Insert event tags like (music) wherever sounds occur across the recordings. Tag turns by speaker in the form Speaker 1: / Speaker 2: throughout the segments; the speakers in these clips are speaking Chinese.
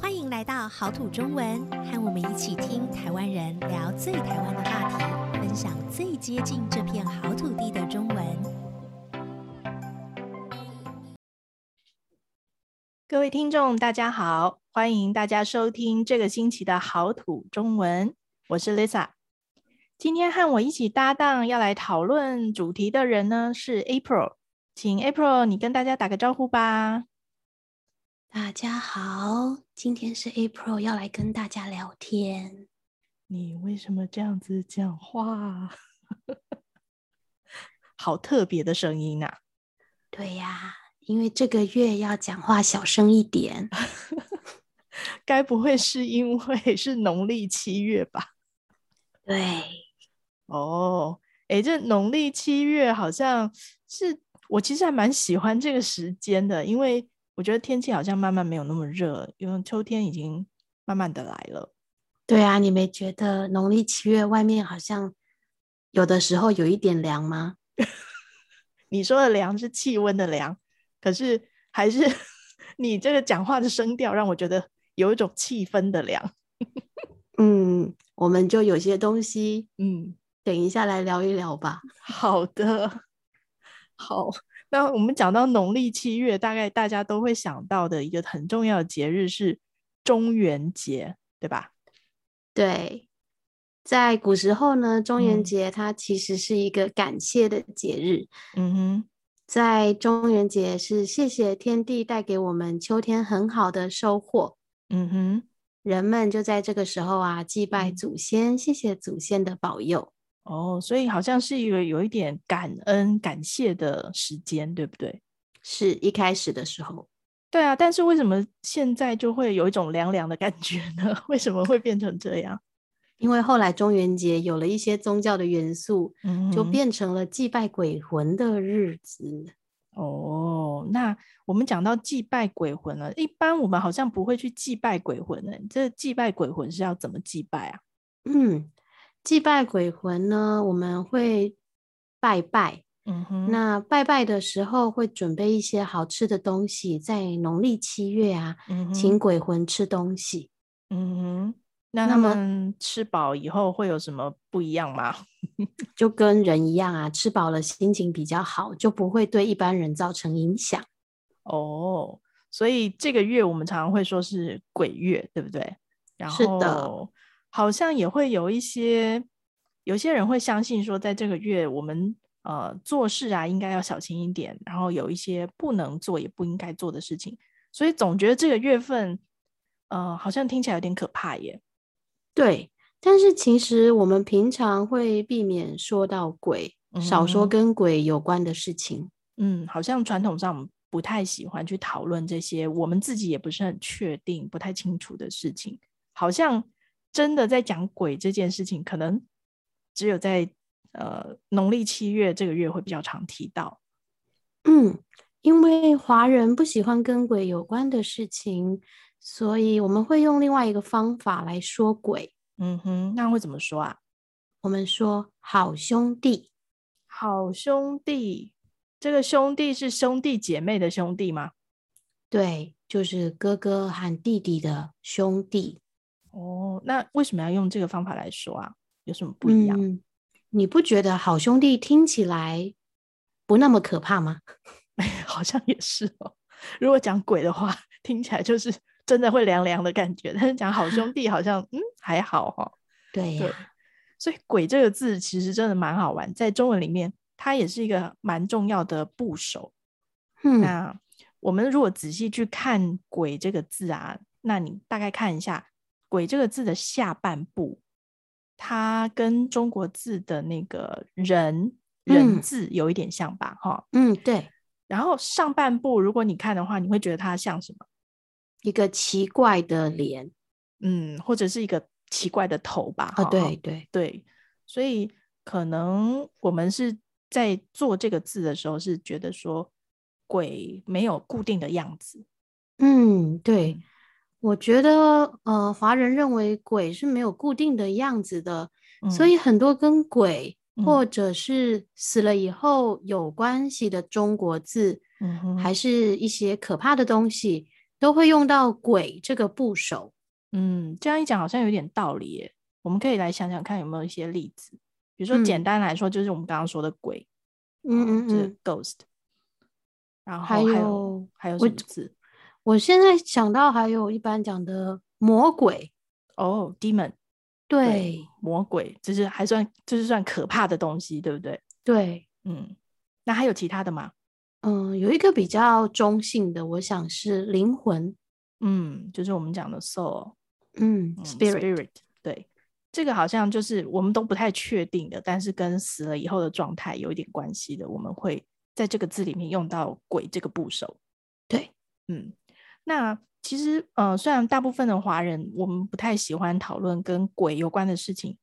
Speaker 1: 欢迎来到好土中文，和我们一起听台湾人聊最台湾的话题，分享最接近这片好土地的中文。
Speaker 2: 各位听众，大家好，欢迎大家收听这个星期的好土中文，我是 Lisa。今天和我一起搭档要来讨论主题的人呢是 April，请 April 你跟大家打个招呼吧。
Speaker 3: 大家好，今天是 April 要来跟大家聊天。
Speaker 2: 你为什么这样子讲话？ (laughs) 好特别的声音啊！
Speaker 3: 对呀、因为这个月要讲话小声一点。
Speaker 2: 该不会是因为是农历七月吧？
Speaker 3: 对，
Speaker 2: 哦，诶，这农历七月好像是我其实还蛮喜欢这个时间的，因为我觉得天气好像慢慢没有那么热，因为秋天已经慢慢的来了。
Speaker 3: 对啊，你没觉得农历七月外面好像有的时候有一点凉吗？
Speaker 2: 你说的凉是气温的凉，可是还是 (laughs) 你这个讲话的声调让我觉得有一种气氛的凉。
Speaker 3: 嗯，我们就有些东西，
Speaker 2: 嗯，
Speaker 3: 等一下来聊一聊吧。
Speaker 2: 好的，好。那我们讲到农历七月，大概大家都会想到的一个很重要的节日是中元节，对吧？
Speaker 3: 对，在古时候呢，中元
Speaker 2: 嗯
Speaker 3: 节它其实是一个感谢的节日。
Speaker 2: 嗯哼，
Speaker 3: 在中元节是谢谢天地带给我们秋天很好的收获，
Speaker 2: 嗯哼，
Speaker 3: 人们就在这个时候啊祭拜
Speaker 2: 嗯
Speaker 3: 祖先，谢谢祖先的保佑。
Speaker 2: 哦，所以好像是一个有一点感恩、感谢的时间，对不对？
Speaker 3: 是一开始的时候，
Speaker 2: 对啊，但是为什么现在就会有一种凉凉的感觉呢？ (laughs) 为什么会变成这样？
Speaker 3: 因为后来中元节有了一些宗教的元素，
Speaker 2: 嗯
Speaker 3: 就
Speaker 2: 哼
Speaker 3: 变成了祭拜鬼魂的日子。
Speaker 2: 哦。那我们讲到祭拜鬼魂了，一般我们好像不会去祭拜鬼魂的。这祭拜鬼魂是要怎么祭拜啊？
Speaker 3: 嗯，祭拜鬼魂呢，我们会拜拜，
Speaker 2: 嗯哼
Speaker 3: 那拜拜的时候会准备一些好吃的东西，在农历七月啊，
Speaker 2: 嗯哼
Speaker 3: 请鬼魂吃东西。
Speaker 2: 嗯哼，那
Speaker 3: 那
Speaker 2: 他
Speaker 3: 么
Speaker 2: 们吃饱以后会有什么不一样吗？
Speaker 3: 就跟人一样啊，吃饱了心情比较好，就不会对一般人造成影响。
Speaker 2: 哦，所以这个月我们常常会说是鬼月，对不对？然
Speaker 3: 是的
Speaker 2: 后好像也会有一些有些人会相信说，在这个月我们呃做事啊应该要小心一点，然后有一些不能做也不应该做的事情，所以总觉得这个月份呃好像听起来有点可怕耶。
Speaker 3: 对，但是其实我们平常会避免说到鬼，少
Speaker 2: 嗯
Speaker 3: 说跟鬼有关的事情。
Speaker 2: 嗯，好像传统上我们不太喜欢去讨论这些我们自己也不是很确定、不太清楚的事情。好像真的在讲鬼这件事情，可能只有在呃农历七月这个月会比较常提到。
Speaker 3: 嗯，因为华人不喜欢跟鬼有关的事情，所以我们会用另外一个方法来说鬼。
Speaker 2: 嗯哼，那会怎么说啊？
Speaker 3: 我们说好兄弟。
Speaker 2: 好兄弟，这个兄弟是兄弟姐妹的兄弟吗？
Speaker 3: 对，就是哥哥和弟弟的兄弟
Speaker 2: 哦，那为什么要用这个方法来说啊？有什么不一样？
Speaker 3: 嗯你不觉得好兄弟听起来不那么可怕吗？
Speaker 2: (laughs) 好像也是哦。如果讲鬼的话，听起来就是真的会凉凉的感觉，但是讲好兄弟好像嗯还好哈、哦。
Speaker 3: 对呀、
Speaker 2: 对所以“鬼”这个字其实真的蛮好玩，在中文里面它也是一个蛮重要的部首。
Speaker 3: 嗯，
Speaker 2: 那我们如果仔细去看“鬼”这个字啊，那你大概看一下“鬼”这个字的下半部，它跟中国字的那个“人”人
Speaker 3: 嗯
Speaker 2: 字有一点像吧？哈、
Speaker 3: 嗯，对，
Speaker 2: 然后上半部，如果你看的话，你会觉得它像什么？
Speaker 3: 一个奇怪的脸
Speaker 2: 嗯，或者是一个奇怪的头吧？
Speaker 3: 啊，
Speaker 2: 哈
Speaker 3: 对对，
Speaker 2: 对，所以可能我们是在做这个字的时候，是觉得说鬼没有固定的样子。
Speaker 3: 嗯，对
Speaker 2: 嗯，
Speaker 3: 我觉得呃，华人认为鬼是没有固定的样子的，所
Speaker 2: 嗯
Speaker 3: 以很多跟鬼
Speaker 2: 嗯
Speaker 3: 或者是死了以后有关系的中国字，
Speaker 2: 嗯哼
Speaker 3: 还是一些可怕的东西，都会用到“鬼”这个部首。
Speaker 2: 嗯，这样一讲好像有点道理耶。我们可以来想想看有没有一些例子，比如说
Speaker 3: 嗯
Speaker 2: 简单来说，就是我们刚刚说的鬼，
Speaker 3: 嗯嗯
Speaker 2: 就是
Speaker 3: 嗯，
Speaker 2: ghost，然后
Speaker 3: 还
Speaker 2: 还
Speaker 3: 有
Speaker 2: 还有
Speaker 3: 我
Speaker 2: 什么字？
Speaker 3: 我现在想到还有一般讲的魔鬼，
Speaker 2: 哦，demon，
Speaker 3: 对
Speaker 2: 魔鬼，就是还算就是算可怕的东西，对不对？
Speaker 3: 对，
Speaker 2: 嗯，那还有其他的吗？
Speaker 3: 嗯，有一个比较中性的，我想是灵魂，
Speaker 2: 嗯，就是我们讲的 soul，
Speaker 3: 嗯
Speaker 2: 嗯
Speaker 3: ，spirit，
Speaker 2: spirit，对，这个好像就是我们都不太确定的，但是跟死了以后的状态有一点关系的，我们会在这个字里面用到“鬼”这个部首。
Speaker 3: 对，
Speaker 2: 嗯，那其实呃，虽然大部分的华人我们不太喜欢讨论跟鬼有关的事情，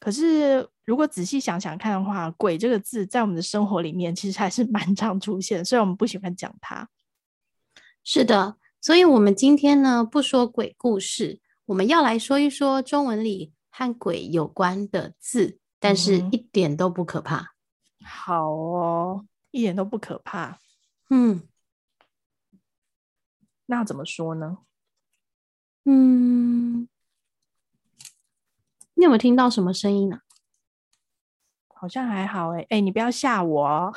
Speaker 2: 可是如果仔细想想看的话，“鬼”这个字在我们的生活里面其实还是蛮常出现，虽然我们不喜欢讲它。
Speaker 3: 是的。所以，我们今天呢不说鬼故事，我们要来说一说中文里和鬼有关的字，但是
Speaker 2: 嗯哼
Speaker 3: 一点都不可怕。
Speaker 2: 好哦，一点都不可怕。
Speaker 3: 嗯
Speaker 2: 那怎么说呢？
Speaker 3: 嗯，你有没有听到什么声音呢、
Speaker 2: 好像还好哎、欸、哎、你不要吓我、哦，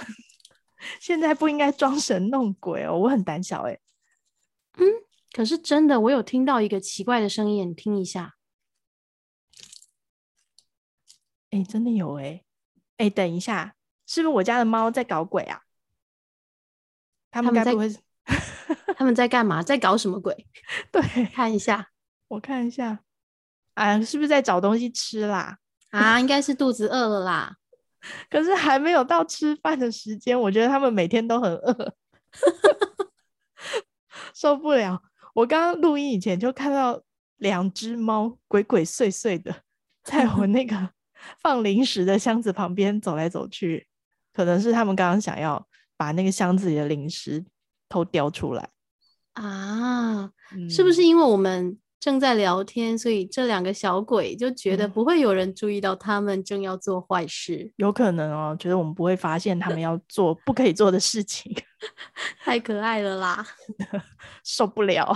Speaker 2: (laughs) 现在不应该装神弄鬼哦，我很胆小哎、
Speaker 3: 可是真的，我有听到一个奇怪的声音，你听一下。
Speaker 2: 哎、真的有哎、欸、哎、等一下，是不是我家的猫在搞鬼啊？他们
Speaker 3: 它
Speaker 2: 该
Speaker 3: 们
Speaker 2: 不会是？ (laughs)
Speaker 3: 他们在干嘛？在搞什么鬼？
Speaker 2: 对
Speaker 3: 看一下
Speaker 2: 我看一下，啊，是不是在找东西吃啦？
Speaker 3: 啊，应该是肚子饿了啦。
Speaker 2: 可是还没有到吃饭的时间，我觉得他们每天都很饿， (laughs) 受不了。我刚刚录音以前就看到两只猫鬼鬼祟祟的，在我那个放零食的箱子旁边走来走去，可能是他们刚刚想要把那个箱子里的零食偷叼出来，
Speaker 3: 啊，是不
Speaker 2: 嗯
Speaker 3: 是因为我们正在聊天，所以这两个小鬼就觉得
Speaker 2: 嗯
Speaker 3: 不会有人注意到他们正要做坏事？ (laughs)
Speaker 2: 有可能哦？觉得我们不会发现他们要做不可以做的事情。
Speaker 3: 太可爱了啦！
Speaker 2: 受不了。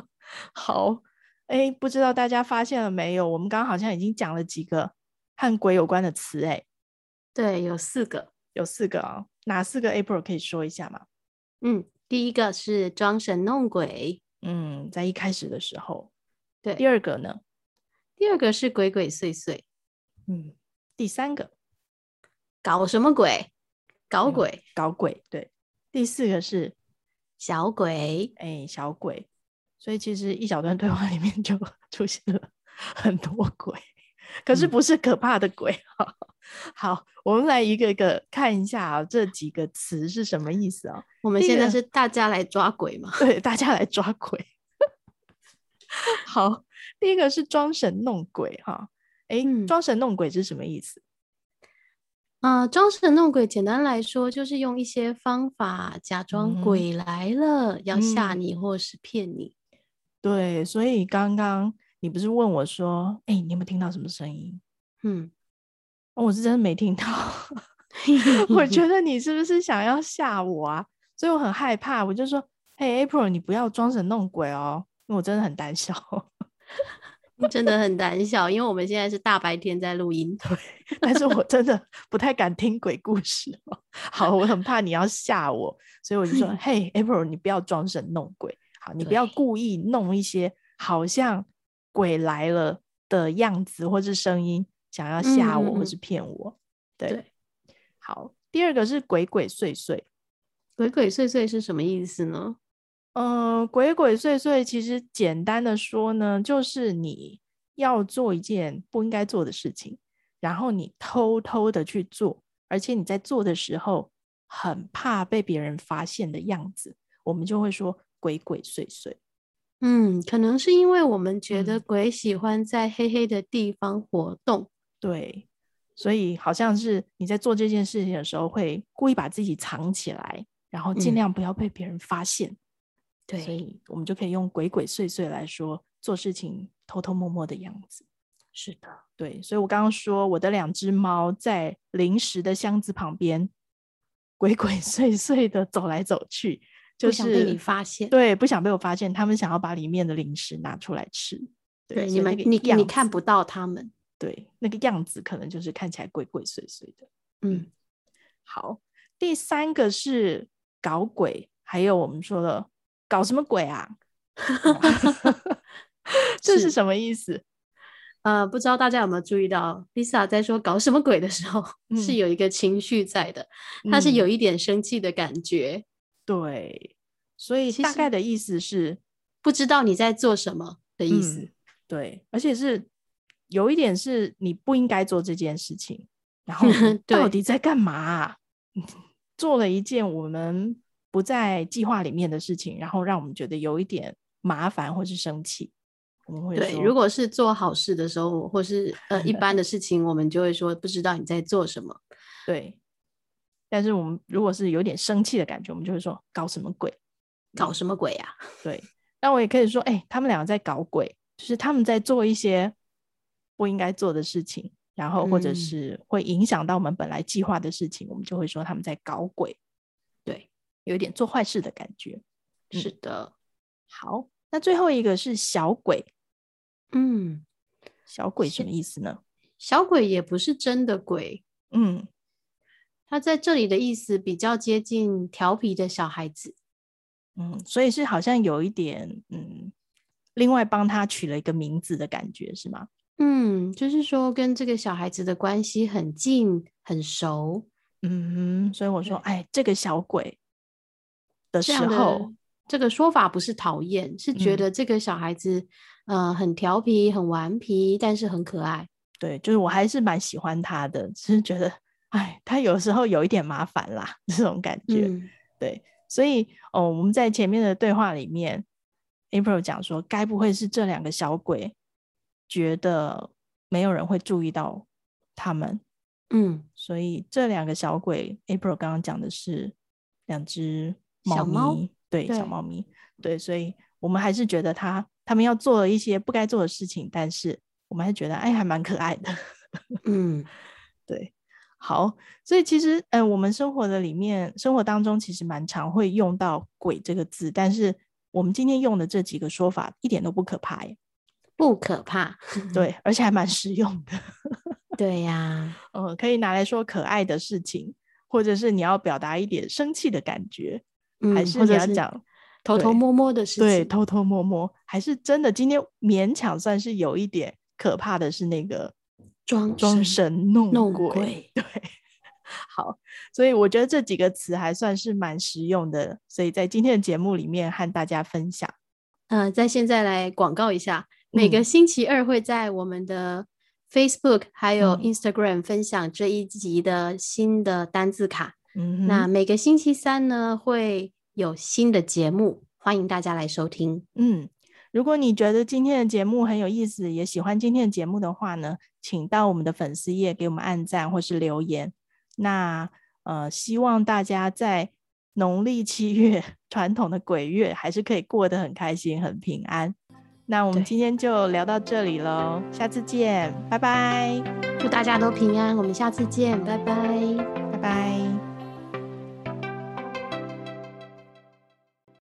Speaker 2: (laughs) 好，哎，不知道大家发现了没有？我们刚刚好像已经讲了几个和鬼有关的词，哎，
Speaker 3: 对，有四个。
Speaker 2: 有四个哦，哪四个？April 可以说一下吗？
Speaker 3: 嗯，第一个是装神弄鬼，
Speaker 2: 嗯，在一开始的时候，
Speaker 3: 对
Speaker 2: 第二个呢？
Speaker 3: 第二个是鬼鬼祟祟，
Speaker 2: 嗯，第三个
Speaker 3: 搞什么鬼？搞
Speaker 2: 嗯
Speaker 3: 鬼，
Speaker 2: 搞鬼，对，第四个是
Speaker 3: 小鬼。
Speaker 2: 哎小鬼，所以其实一小段对话里面就 (laughs) 出现了很多鬼，可是
Speaker 3: 嗯
Speaker 2: 不是可怕的鬼。好，我们来一个一个看一下啊、这几个词是什么意思啊、 (laughs)
Speaker 3: 我们
Speaker 2: 第一
Speaker 3: 现在
Speaker 2: 个
Speaker 3: 是大家来抓鬼嘛？
Speaker 2: 对，大家来抓鬼。好，第一个是装神弄鬼哈，哎、
Speaker 3: 嗯
Speaker 2: 装神弄鬼是什么意思？
Speaker 3: 啊、装神弄鬼，简单来说就是用一些方法假
Speaker 2: 嗯
Speaker 3: 装
Speaker 2: 哼
Speaker 3: 鬼来了，要吓
Speaker 2: 嗯
Speaker 3: 你或是骗你。
Speaker 2: 对，所以刚刚你不是问我说，哎、你有没有听到什么声音？
Speaker 3: 嗯，
Speaker 2: 哦我是真的没
Speaker 3: (laughs)
Speaker 2: 听到，我觉得你是不是想要吓我啊？所以我很害怕，我就说，嘿，April，你不要装神弄鬼哦，因为我真的很胆小。
Speaker 3: (laughs) 真的很胆小，因为我们现在是大白天在录音。
Speaker 2: 但是我真的不太敢听鬼故事哦。好，我很怕你要吓我，所以我就
Speaker 3: (laughs)
Speaker 2: 说：“嘿，April，你不要装神弄鬼，好，你不要
Speaker 3: 对
Speaker 2: 故意弄一些好像鬼来了的样子或是声音，想要吓
Speaker 3: 嗯
Speaker 2: 我
Speaker 3: 嗯
Speaker 2: 或
Speaker 3: 嗯
Speaker 2: 是骗我。对，
Speaker 3: 对
Speaker 2: 好，第二个是鬼鬼祟祟。
Speaker 3: 鬼鬼祟祟是什么意思呢？
Speaker 2: 呃，鬼鬼祟祟，其实简单的说呢，就是你要做一件不应该做的事情，然后你偷偷的去做，而且你在做的时候很怕被别人发现的样子，我们就会说鬼鬼祟祟。
Speaker 3: 嗯，可能是因为我们觉得
Speaker 2: 嗯
Speaker 3: 鬼喜欢在黑黑的地方活动。
Speaker 2: 对，所以好像是你在做这件事情的时候，会故意把自己藏起来，然后尽
Speaker 3: 嗯
Speaker 2: 量不要被别人发现，所
Speaker 3: 对，
Speaker 2: 以我们就可以用鬼鬼祟祟来说做事情偷偷摸摸的样子。
Speaker 3: 是的，
Speaker 2: 对，所以我刚刚说我的两只猫在零食的箱子旁边鬼鬼祟祟的走来走去，就
Speaker 3: 不想被你
Speaker 2: 是
Speaker 3: 发现。
Speaker 2: 对不想被我发现，他们想要把里面的零食拿出来吃。对，
Speaker 3: 对，
Speaker 2: 所
Speaker 3: 你
Speaker 2: 以
Speaker 3: 们
Speaker 2: 那个
Speaker 3: 你
Speaker 2: 样
Speaker 3: 你看
Speaker 2: 子
Speaker 3: 不到他们。嗯
Speaker 2: 对那个样子，可能就是看起来鬼鬼祟祟的。
Speaker 3: 嗯，
Speaker 2: 好，第三个是搞鬼，还有我们说的搞什么鬼啊？
Speaker 3: (laughs)
Speaker 2: 这是
Speaker 3: 是
Speaker 2: 什么意思？
Speaker 3: 呃，不知道大家有没有注意到，Lisa 在说搞什么鬼的时候，是
Speaker 2: 嗯
Speaker 3: 有一个情绪在的，她是有
Speaker 2: 嗯
Speaker 3: 一点生气的感觉，
Speaker 2: 对，所以
Speaker 3: 其
Speaker 2: 大概
Speaker 3: 实
Speaker 2: 的意思是
Speaker 3: 不知道你在做什么的意思。
Speaker 2: 嗯对，而且是有一点是你不应该做这件事情，然
Speaker 3: (laughs)
Speaker 2: 后你到
Speaker 3: 对
Speaker 2: 底在干嘛啊、 (laughs) 做了一件我们不在计划里面的事情，然后让我们觉得有一点麻烦或是生气，我们会
Speaker 3: 对，
Speaker 2: 说
Speaker 3: 如果是做好事的时候，或是呃一般的事情，我们就会说不知道你在做什么。
Speaker 2: 对。但是我们如果是有点生气的感觉，我们就会说搞什么鬼？
Speaker 3: 搞什么鬼啊呀、
Speaker 2: 对，那我也可以说，哎、他们两个在搞鬼，就是他们在做一些不应该做的事情，然后或者
Speaker 3: 嗯
Speaker 2: 是会影响到我们本来计划的事情，我们就会说他们在搞鬼，
Speaker 3: 对，
Speaker 2: 有一点做坏事的感觉。嗯
Speaker 3: 是的，
Speaker 2: 好，那最后一个是小鬼，
Speaker 3: 嗯，
Speaker 2: 小鬼什
Speaker 3: 是
Speaker 2: 么意思呢？
Speaker 3: 小鬼也不是真的鬼，
Speaker 2: 嗯，
Speaker 3: 他在这里的意思比较接近调皮的小孩子。
Speaker 2: 嗯，所以是好像有一点，嗯，另外帮他取了一个名字的感觉，是吗？
Speaker 3: 嗯，就是说跟这个小孩子的关系很近很熟
Speaker 2: 嗯哼，所以我说，
Speaker 3: 对
Speaker 2: 哎，这个小鬼的时
Speaker 3: 这样
Speaker 2: 候
Speaker 3: 的，。这个说法不是讨厌，是觉
Speaker 2: 嗯
Speaker 3: 得这个小孩子，呃，很调皮、很顽皮，但是很可爱。
Speaker 2: 对，就是我还是蛮喜欢他的，只是觉得，哎，他有时候有一点麻烦啦，这种感觉。
Speaker 3: 嗯，
Speaker 2: 对，所以哦，我们在前面的对话里面，April 讲说，该不会是这两个小鬼觉得没有人会注意到他们，
Speaker 3: 嗯，
Speaker 2: 所以这两个小鬼，April 刚刚讲的是两只
Speaker 3: 小猫
Speaker 2: 咪，对，小
Speaker 3: 对
Speaker 2: 猫咪，对，所以我们还是觉得他他们要做了一些不该做的事情，但是我们还是觉得，哎，还蛮可爱的。 (laughs)
Speaker 3: 嗯，
Speaker 2: 对，好，所以其实，呃，我们生活的里面，生活当中其实蛮常会用到“鬼”这个字，但是我们今天用的这几个说法一点都不可怕耶，
Speaker 3: 不可怕。
Speaker 2: 对，而且还蛮实用的，
Speaker 3: 对呀、
Speaker 2: 呃，可以拿来说可爱的事情，或者是你要表达一点生气的感觉，
Speaker 3: 嗯，
Speaker 2: 还是
Speaker 3: 或
Speaker 2: 你
Speaker 3: 者
Speaker 2: 要
Speaker 3: 是
Speaker 2: 讲
Speaker 3: 偷
Speaker 2: 对
Speaker 3: 偷摸摸的事情。
Speaker 2: 对偷偷摸摸，还是真的今天勉强算是有一点可怕的是那个
Speaker 3: 装
Speaker 2: 装
Speaker 3: 神
Speaker 2: 神弄
Speaker 3: 弄
Speaker 2: 鬼，
Speaker 3: 鬼
Speaker 2: 对，好，所以我觉得这几个词还算是蛮实用的，所以在今天的节目里面和大家分享。
Speaker 3: 呃，在现在来广告一下，每个
Speaker 2: 嗯
Speaker 3: 星期二会在我们的 Facebook 还有
Speaker 2: 嗯
Speaker 3: Instagram 分享这一集的新的单字卡。
Speaker 2: 嗯哼，
Speaker 3: 那每个星期三呢，会有新的节目，欢迎大家来收听。
Speaker 2: 嗯，如果你觉得今天的节目很有意思，也喜欢今天的节目的话呢，请到我们的粉丝页给我们按赞或是留言。那呃，希望大家在农历七月 (laughs) 传统的鬼月，还是可以过得很开心、很平安。那我们
Speaker 3: 对
Speaker 2: 今天就聊到这里喽，下次见，拜拜，
Speaker 3: 祝大家都平安，我们下次见，拜拜。
Speaker 2: 拜拜。